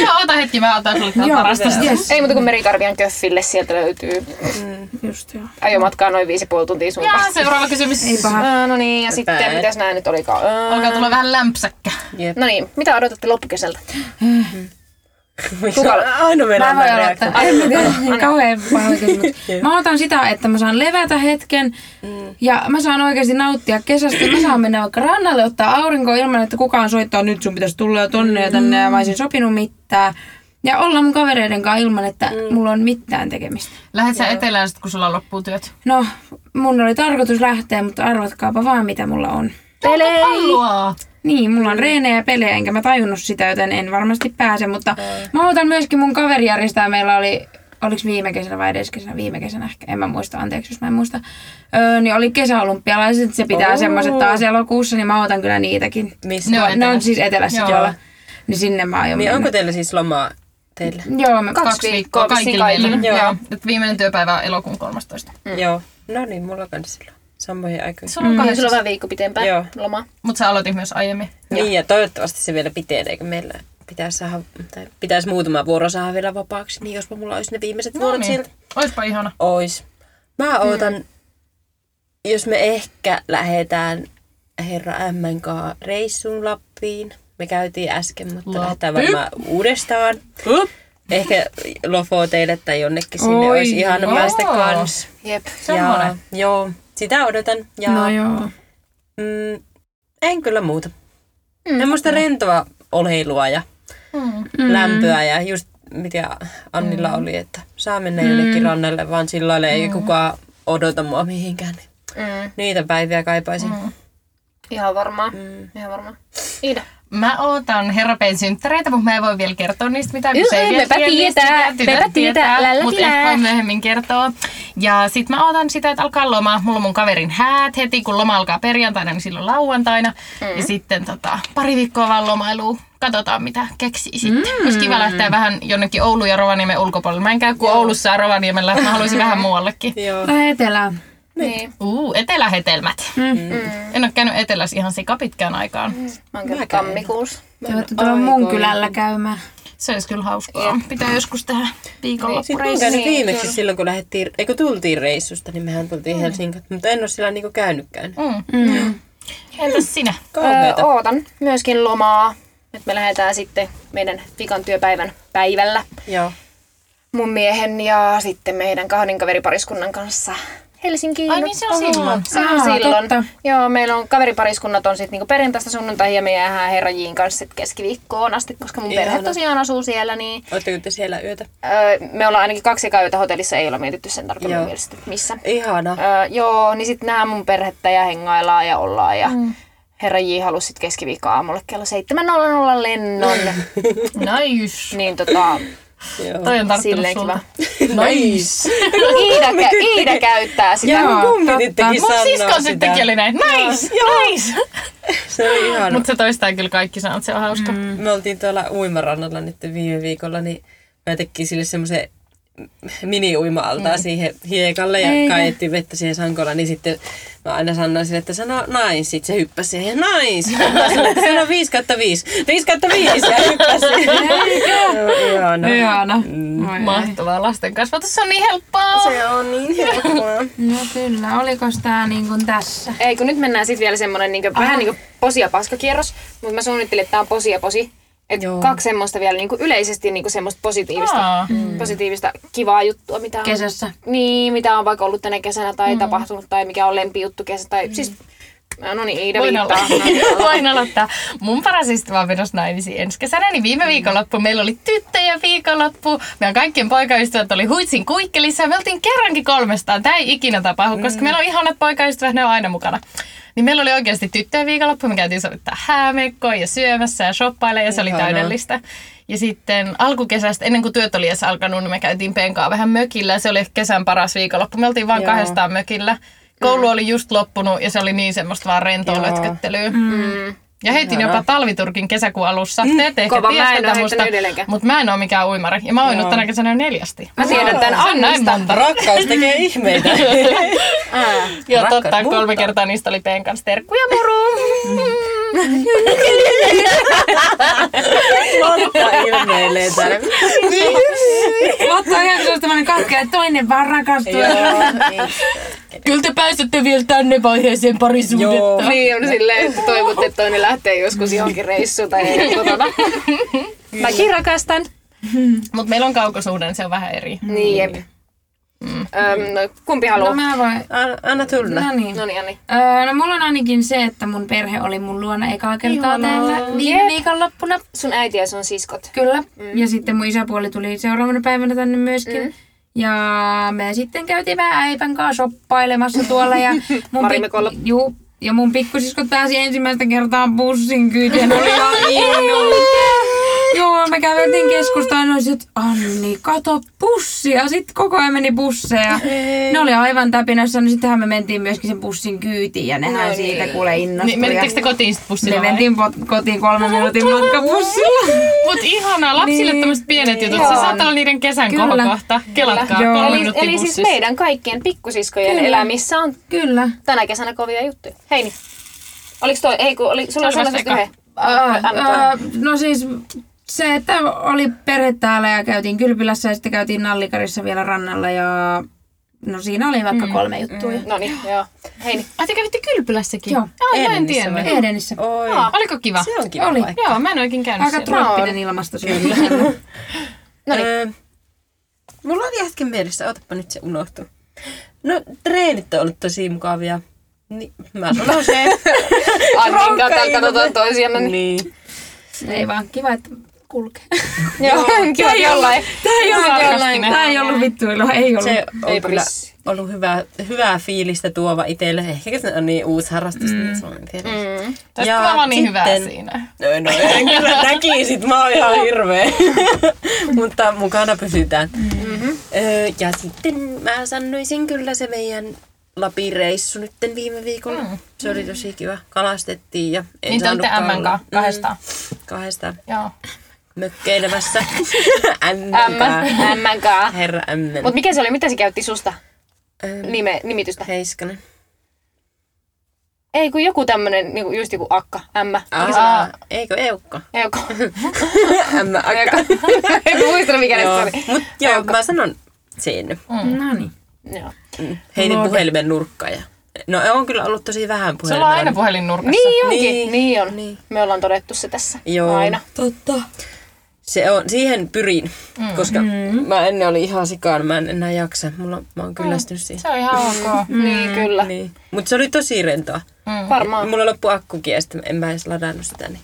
S2: Joo, ota hetki, mä otan sulle tää
S3: Joo,
S2: parasta.
S3: yes.
S1: Ei muuta kuin merikarvian köffille sieltä löytyy.
S3: Just joo.
S1: Ajomatkaa noin viisi puoli tuntia
S2: Ja
S1: suuntaan.
S2: seuraava kysymys.
S3: Ei paha.
S1: Ää, no niin, ja sitten
S4: Pää.
S1: mitäs nää nyt olikaan? Ää,
S2: Alkaa tulla vähän lämpsäkkä.
S4: Jep.
S1: No niin, mitä odotatte loppukesältä?
S3: Mm.
S4: Miksi on aina meidän
S3: Mä voin
S4: näin
S3: aloittaa.
S4: reaktio?
S3: Ai, mitä? Kauhean paha oikeesti, mut Mä otan sitä, että mä saan levätä hetken ja mä saan oikeasti nauttia kesästä. Mä saan mennä vaikka rannalle ottaa aurinkoa ilman, että kukaan soittaa, nyt sun pitäisi tulla ja tonne ja tänne ja mä olisin sopinut mitään. Ja olla mun kavereiden kanssa ilman, että mulla on mitään tekemistä.
S2: Lähet sä etelään sit, kun sulla loppuu työt.
S3: No, mun oli tarkoitus lähteä, mutta arvatkaapa vaan mitä mulla on.
S2: Tuota
S1: Pelei!
S2: Hallua!
S3: Niin, mulla on reenejä ja pelejä, enkä mä tajunnut sitä, joten en varmasti pääse, mutta
S2: Niin.
S3: mä otan myöskin mun kaveri järjestää, meillä oli, oliks viime kesänä vai edes kesänä, viime kesänä ehkä, en mä muista, anteeksi jos mä en muista, öö, niin oli kesäolympialaiset, se pitää semmoiset taas elokuussa, niin mä otan kyllä niitäkin.
S4: Mistä?
S2: Ne
S3: No,
S2: on
S3: ne on
S2: etelässä.
S3: siis etelässä
S2: Joo.
S3: tuolla. Niin sinne mä aion
S4: Niin
S3: mennä.
S4: onko teillä siis lomaa teillä?
S3: Joo, mä
S1: Kaksi viikkoa
S2: kaikille
S1: kaikille.
S2: meille.
S4: Joo.
S2: Joo. Nyt viimeinen työpäivä on elokuun 13.
S4: Mm. Joo. No niin, mulla on kans silloin. Samoihin aikoihin.
S2: Sulla on
S1: Mm,
S2: kahdessa.
S1: sulla on vähän viikko pitempään
S4: Joo.
S1: loma.
S2: Mutta sä aloitit myös aiemmin.
S4: Niin ja toivottavasti se vielä pitenee, kun meillä pitäisi, saada, tai pitäisi muutama vuoro saada vielä vapaaksi. Niin jospa mulla olisi ne viimeiset
S2: No
S4: vuorot
S2: niin.
S4: sieltä.
S2: Oispa ihana.
S4: Ois. Mä
S3: Mm.
S4: ootan, jos me ehkä lähdetään herra Mn kaa reissuun Lappiin. Me käytiin äsken, mutta
S2: Lappi.
S4: lähdetään varmaan uudestaan. Ehkä lofo teille tai jonnekin sinne
S3: Oi,
S4: olisi ihana
S2: joo.
S4: päästä kans.
S1: Jep.
S4: Ja,
S2: Semmoinen.
S4: joo, sitä odotan. Ja,
S3: No joo.
S4: Mm, en kyllä muuta. Mm. Tämmöistä rentoa oleilua ja
S2: Mm.
S4: mm. lämpöä ja just mitä Annilla mm. oli, että saa mennä jonnekin rannalle, vaan sillä lailla ei kukaan odota mua mihinkään. niin
S1: Mm,
S4: Niitä päiviä kaipaisin. Mm.
S1: ihan varmaan. Mm. Ihan varmaan. Iida.
S2: Mä ootan herrapeen synttäreitä, mutta mä en voi vielä kertoa niistä mitään. kun
S1: Joo,
S2: se ei vielä
S1: mepä
S2: tiedä niistä
S1: tietää,
S2: mitään. Tytöt
S1: mepä tietää, lällätilää.
S2: Mutta ehkä voin myöhemmin kertoa. Ja sit mä ootan sitä, että alkaa loma. Mulla on mun kaverin häät heti, kun loma alkaa perjantaina, niin silloin lauantaina. Mm. Ja sitten tota, pari viikkoa vaan lomailuun. Katsotaan, mitä keksii sitten. Mm. Olisi kiva lähteä vähän jonnekin Oulu ja Rovaniemen ulkopuolelle. Mä en käy kuin Oulussa ja Rovaniemellä. Mä haluaisin vähän muuallekin.
S4: Joo.
S3: Vähän etelää.
S1: Niin.
S2: Uu, etelähetelmät.
S3: Mm.
S2: En ole käynyt etelässä ihan sika pitkään aikaan.
S1: Mä oon kyllä tammikuussa.
S3: Te voitte tulla mun kylällä käymään.
S2: Se olisi kyllä hauskaa. Pitää joskus tehdä
S4: Sitten
S2: viikonloppureissu.
S4: mä oon käynyt
S1: Niin,
S4: viimeksi
S1: kyllä.
S4: silloin, kun lähdettiin, eikö tultiin reissusta, niin mehän tultiin mm. Helsingin, mutta en ole sillä niinku käynytkään.
S2: Mm.
S3: Mm.
S2: Entäs sinä?
S1: Öö,
S4: Kauheeta.
S1: ootan myöskin lomaa. Nyt me lähdetään sitten meidän vikan työpäivän päivällä
S4: Joo.
S1: mun miehen ja sitten meidän kahden kaveripariskunnan kanssa Helsinkiin.
S2: Ai niin se on silloin.
S1: Se on
S3: Aa,
S1: silloin.
S3: totta.
S1: Joo, meillä on kaveripariskunnat on sitten niinku perjantaista sunnuntaihin ja me jäähän herrajiin kanssa sit keskiviikkoon asti, koska mun perhe
S4: Ihana.
S1: tosiaan asuu siellä, niin
S4: Oletteko te siellä yötä?
S1: öö, me ollaan ainakin kaksi käytä hotellissa, ei olla mietitty sen tarkemmin
S4: Joo.
S1: vielä sit, että missä.
S4: Ihana.
S1: Öö, joo, niin sitten nähdään mun perhettä ja hengaillaan ja ollaan ja mm. Herra J halusi sitten keskiviikkoaamulle kello 7.00 lennon,
S2: Nice.
S1: niin tota,
S4: Joo.
S2: Toi on tarttunut
S1: Silleen
S2: sulta.
S4: Nice.
S1: Iida, kä- Iida käyttää sitä.
S4: Joo, kummitit
S3: totta.
S4: teki
S2: Mun
S4: sanoa
S2: sisko
S4: sitä.
S2: sittenkin oli näin. Nice. Nice.
S4: Se oli ihana.
S2: Mutta se toistaa kyllä kaikki sanat, se on hauska. Mm.
S4: me oltiin tuolla uimarannalla nyt viime viikolla, niin mä tekin sille semmoisen mini uima-altaa mm. siihen hiekalle ja kaiettiin vettä siihen sankolla, niin sitten mä aina sanoin sille, että sano nais, sit se hyppäsi siihen nais, Mä sanoin, että sano 5 kautta 5, 5 kautta 5 ja hyppäsi siihen. Joo, ihana.
S2: No.
S3: Ihana.
S2: Mm.
S3: Voi ai.
S2: Mahtavaa lasten kasvatus, se on niin helppoa.
S4: Se on niin helppoa.
S3: No kyllä, olikos tää niin kuin tässä?
S1: Ei, kun nyt mennään sitten vielä semmonen niinku, vähän niinku posi- ja paskakierros, mutta mä suunnittelin, että tää on posi ja posi. Et
S4: Joo.
S1: kaksi semmoista vielä niinku yleisesti niinku semmoista positiivista,
S2: Aa.
S1: mm. positiivista kivaa juttua, mitä on,
S3: Kesässä.
S1: niin, mitä on vaikka ollut tänä kesänä tai mm. tapahtunut tai mikä on lempijuttu kesä. Tai mm. siis, no niin, Iida
S2: Voin
S1: viittaa.
S2: aloittaa. Voin aloittaa. Mun paras ystäväpidos naimisiin ensi kesänä, niin viime viikonloppu meillä oli tyttöjen viikonloppu. Meidän kaikkien poikaystävät oli huitsin kuikkelissa ja me oltiin kerrankin kolmestaan. Tämä ei ikinä tapahdu, koska meillä on ihanat poikaystävät, ne on aina mukana. Niin meillä oli oikeasti tyttöjen viikonloppu, me käytiin sovittaa häämekkoa ja syömässä ja shoppailemaan ja se oli
S4: Ihanaa.
S2: täydellistä. Ja sitten alkukesästä, ennen kuin työt oli edes alkanut, niin me käytiin penkaa vähän mökillä. Se oli ehkä kesän paras viikonloppu. Me oltiin vaan
S4: Joo.
S2: kahdestaan mökillä. Koulu oli just loppunut ja se oli niin semmoista vaan rentoa
S4: Joo.
S2: lötköttelyä. Mm. Ja heitin jopa talviturkin kesäkuun alussa.
S4: Mm.
S2: Te ette ehkä
S1: Kova, mä
S2: tiedä
S1: en oo
S2: tätä musta,
S1: heittänyt edelleenkään.
S2: mutta mä en ole mikään uimari. Ja mä oon
S4: Joo.
S2: tänä kesänä jo neljästi.
S1: Mä tiedän tän
S2: Se on näin
S1: Annista.
S2: monta.
S4: Rakkaus tekee ihmeitä.
S1: Ää.
S2: Joo,
S4: Rakkaus
S2: totta. Kolme
S4: muuttaa.
S2: kertaa niistä oli peen kanssa terkkuja muru.
S4: Lotta ilmeilee täällä.
S3: Lotta on ihan sellaista tämmönen katkea, että toinen vaan rakastuu.
S4: Joo, niin.
S3: Kyllä te pääsette vielä tänne vaiheeseen parisuudetta.
S4: Joo.
S1: Niin on silleen, että toivotte, että toinen lähtee joskus johonkin reissuun tai ei kotona. Mäkin rakastan.
S2: Mutta meillä on kaukosuhde, niin se on vähän eri.
S1: Niin, jep. Mm. Öm, no, kumpi haluaa?
S3: No mä voin.
S4: Anna- Anna tulla.
S3: No niin.
S1: No niin, Anni.
S3: Öö, no mulla on ainakin se, että mun perhe oli mun luona ekaa kertaa täällä viime viikonloppuna.
S1: Sun äiti ja sun siskot.
S3: Kyllä. Mm. Ja sitten mun isäpuoli tuli seuraavana päivänä tänne myöskin. Mm. Ja me sitten käytiin vähän äipän kanssa shoppailemassa tuolla. Ja mun
S1: Marimekolla.
S3: juu, ja mun pikkusisko pääsi ensimmäistä kertaa bussin kyytiin. Oli ihan innolla. Joo, me käveltiin keskustaan ja olisit, Anni, kato bussia. Sitten koko ajan meni busseja. Ne oli aivan täpinässä, niin sittenhän me mentiin myöskin sen bussin kyytiin ja nehän no, siitä niin. kuule innostui.
S2: Niin, menittekö te kotiin sitten
S3: Me
S2: bussilla vai?
S3: mentiin pot- kotiin kolmen minuutin matka bussilla.
S2: Mut ihanaa, lapsille
S3: Niin.
S2: tämmöiset pienet jutut. Se
S1: Joo.
S2: saattaa olla niiden kesän
S3: Kyllä.
S2: kohokohta. Kelatkaa,
S3: Joo.
S2: kolme
S1: Eli,
S2: minuuttia
S1: eli siis
S2: bussissa.
S1: meidän kaikkien pikkusiskojen
S3: Kyllä.
S1: elämissä on
S3: Kyllä.
S1: tänä kesänä kovia juttuja. Hei niin. Oliko toi, ei kun oli, sulla oli
S2: Se oli vasta
S1: sellaiset
S2: eka.
S1: yhden.
S3: Äh,
S1: Antaa.
S3: äh, no siis se, että oli perhe täällä ja käytiin kylpylässä ja sitten käytiin Nallikarissa vielä rannalla ja no siinä oli vaikka mm. kolme juttua. Mm.
S1: No niin, joo. Hei niin.
S2: Ai te kävitte kylpylässäkin?
S3: Joo.
S2: Ai, mä en
S4: Edenissä
S2: tiennyt.
S4: vai?
S3: Edenissä.
S4: Oi.
S1: Aa.
S2: Oliko kiva?
S4: Se on kiva
S3: Oli.
S4: paikka.
S2: Joo, mä en oikein käynyt
S3: Aika
S2: siellä.
S3: trooppinen ilmasto siellä.
S1: No niin.
S4: Öö, mulla oli hetken mielessä, otapa nyt se unohtuu. No, treenit on ollut tosi mukavia. Niin, mä sanon se.
S1: Annin
S4: Rankka
S1: kautta
S4: ilme.
S1: katsotaan toisiamme. Niin.
S4: niin.
S3: Ei vaan, kiva, että kulkee.
S1: Joo, kiva jollain.
S3: Tämä ei ollut,
S1: jollain.
S3: Tämä ei ollut vittuilua, ei ollut.
S4: Se on
S1: Eipä
S4: kyllä
S1: vissi.
S4: ollut hyvää, hyvää fiilistä tuova itselle. Ehkä se on niin uusi harrastus, mm. se on tiedä. Mm.
S2: Tästä mä vaan niin hyvää siinä.
S4: No, no en kyllä näkisit, mä oon ihan hirveä. Mutta mukana pysytään. Mm-hmm. Öö, ja sitten mä sanoisin kyllä se meidän Lapin reissu nytten viime viikolla. Mm. Se oli tosi kiva. Kalastettiin ja en
S2: Niin te olette
S4: saanut
S2: MN
S4: kalaa.
S2: kanssa kahdestaan.
S4: Mm, kahdestaan
S2: Joo.
S4: mökkeilemässä. MN
S1: Ämmän kaa.
S4: Herra MN.
S1: Mut mikä se oli, mitä se käytti susta?
S4: Öö,
S1: Nime, nimitystä.
S4: Heiskanen.
S1: Ei kun joku tämmönen, niinku, just joku akka, ämmä.
S4: Aa, eikö Eukka?
S1: Ei joku.
S4: M Akka.
S1: En muista mikä se
S4: Joo,
S1: oli.
S4: mut joo, mä sanon sen.
S3: No niin.
S1: Joo.
S4: Heitin puhelimen nurkkaan ja... No on kyllä ollut tosi vähän
S2: Sulla
S4: puhelimella.
S2: on aina puhelin nurkassa.
S1: Niin onkin. Niin,
S4: Niin.
S1: on.
S4: Niin.
S1: Me ollaan todettu se tässä.
S4: Joo.
S1: Aina.
S4: Totta. Se on, siihen pyrin, mm. koska mm. mä ennen oli ihan sikaan, mä en enää jaksa. Mulla, mä oon kyllästynyt siihen.
S2: Se on ihan ok.
S1: Mm. Niin, kyllä. Niin.
S4: Niin. Mut se oli tosi rentoa.
S1: Varmaan.
S4: Mulla loppu akkukin ja sitten en mä edes ladannut sitä, niin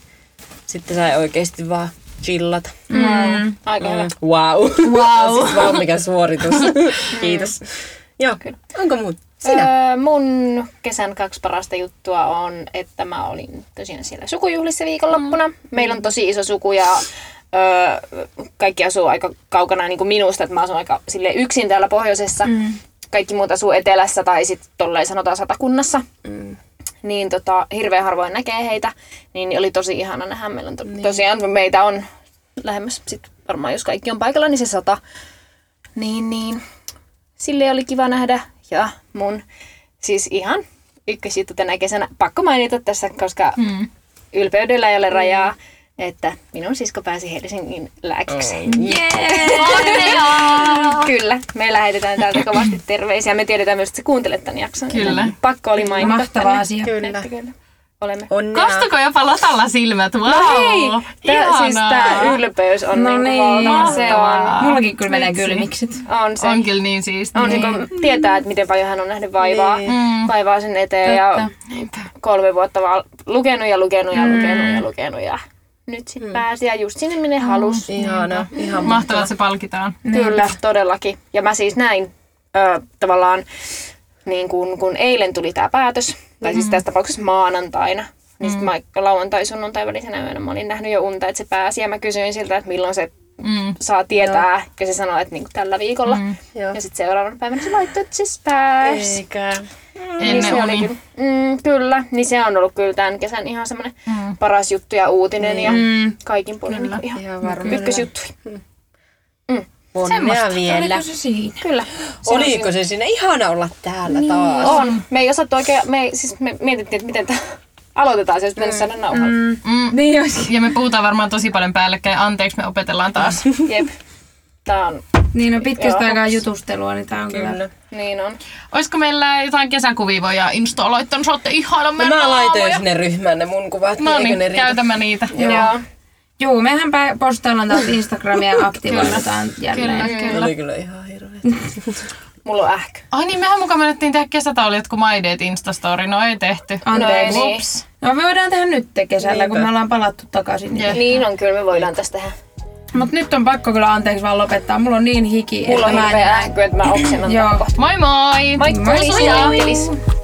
S4: sitten sai oikeesti vaan chillata.
S1: Mm. Aika hyvä.
S4: Wow. Wow. siis wow, mikä suoritus. Mm. Kiitos. Joo, onko muut?
S1: Öö, mun kesän kaksi parasta juttua on, että mä olin tosiaan siellä sukujuhlissa viikonloppuna. Meillä on tosi iso suku ja öö, kaikki asuu aika kaukana niin kuin minusta, että mä asun aika sille yksin täällä pohjoisessa. Mm. Kaikki muut asuu etelässä tai sitten tolleen sanotaan satakunnassa. Niin tota, hirveän harvoin näkee heitä, niin oli tosi ihana nähdä. Meillä on to- tosiaan, meitä on lähemmäs sitten varmaan, jos kaikki on paikalla, niin se sata. Niin, niin sille oli kiva nähdä. Ja mun siis ihan ykkösjuttu tänä kesänä. Pakko mainita tässä, koska mm. ylpeydellä
S2: Mm.
S1: ei ole rajaa, että minun sisko pääsi Helsingin lääkikseen.
S3: Jee! Oh.
S1: Kyllä, me lähetetään täältä kovasti terveisiä. Me tiedetään myös, että sä kuuntelet tämän jakson.
S2: Kyllä.
S1: joten Pakko oli mainita.
S3: Mahtava
S1: tänne,
S3: asia.
S1: että kyllä. Olemme.
S4: Onnea.
S2: Kastako jopa latalla silmät? Wow.
S1: No Hei! Tää,
S2: Ihanaa.
S1: siis tää ylpeys on
S3: No
S1: niin,
S3: niin.
S1: valtava. Se on,
S2: Mahtavaa.
S3: Mullakin kyllä menee
S2: Vitsi.
S3: kylmikset.
S1: on se.
S2: On kyllä niin siistiä.
S1: On se, kun tietää, että miten paljon hän on nähnyt vaivaa,
S4: Niin.
S2: Mm.
S1: vaivaa sen eteen ja
S2: Niinpä.
S1: kolme vuotta vaan lukenut ja lukenut ja lukenut ja lukenut ja nyt sitten pääsi ja just sinne minne halusi.
S4: Ihana, ihan
S2: Mahtavaa, että se palkitaan.
S1: Kyllä, todellakin. Ja mä siis näin ö, tavallaan, niin kun, kun eilen tuli tämä päätös, tai siis tässä tapauksessa maanantaina, niin sitten mä lauantai-sunnuntai välisenä yönä mä olin nähnyt jo unta, että se pääsi ja mä kysyin siltä, että milloin se
S2: Mm.
S1: saa tietää, ja se sanoi, että niinku tällä viikolla.
S4: Joo.
S1: Ja sitten seuraavana päivänä se laittoi, että siis pääsi.
S4: Eikä.
S1: Niin se
S2: Ennen
S1: oli
S2: uni.
S1: kyllä, mm, kyllä, niin se on ollut kyllä tämän kesän ihan semmoinen mm. paras juttu ja uutinen ja kaikin puolin niin ihan,
S4: Ihan varmaan.
S1: ykkösjuttu.
S4: Onnea
S2: Semmosta.
S4: vielä.
S3: Oliko se siinä?
S1: Kyllä. Se on
S4: Oliko se siinä? Ihana olla täällä taas.
S1: On. Me ei osattu oikein, me, ei, siis me mietittiin, että miten tämä aloitetaan, se olisi pitänyt saada nauhalle. Mm.
S2: Mm.
S3: Niin olisikin.
S2: Ja me puhutaan varmaan tosi paljon päällekkäin. Anteeksi, me opetellaan taas.
S1: Jep. Tämä on,
S3: Niin no pitkästä
S1: Joo.
S3: aikaa jutustelua, niin tää on kyllä.
S4: Kyllä.
S1: niin on.
S2: Olisiko meillä jotain kesäkuvia voi ja Insta laittanut? Saatte ihana
S4: No,
S2: meidän
S4: mä laitoin
S2: naamoja.
S4: sinne ryhmään ne mun kuvat.
S2: No
S4: eikö ne
S2: niin,
S4: riitä?
S2: käytämme niitä.
S1: Joo. Joo.
S3: Joo, mehän pä- postaillaan taas Instagramia ja aktivoidaan
S2: Kyllä,
S3: jälleen.
S2: kyllä.
S4: Oli kyllä ihan hirveä.
S1: Mulla on ähkö.
S2: Ai niin, mehän mukaan menettiin tehdä kesätaulit, kun My Date Instastory. No ei tehty.
S3: Anteeksi.
S1: No ei niin.
S2: Ups.
S3: No me voidaan tehdä nyt kesällä,
S4: Niinpä.
S3: kun me ollaan palattu takaisin.
S2: Jep.
S1: Niin on, kyllä me voidaan tästä tehdä.
S3: Mut nyt on pakko kyllä anteeksi vaan lopettaa. Mulla on niin hiki.
S1: Mulla on
S3: että mä en-
S1: hirveä ähkö, että mä oksennan
S3: Joo.
S1: tämän kohta.
S2: Moi moi!
S1: Moikka,
S3: Moi,
S1: Liisa
S3: moi.
S1: ja Angelis.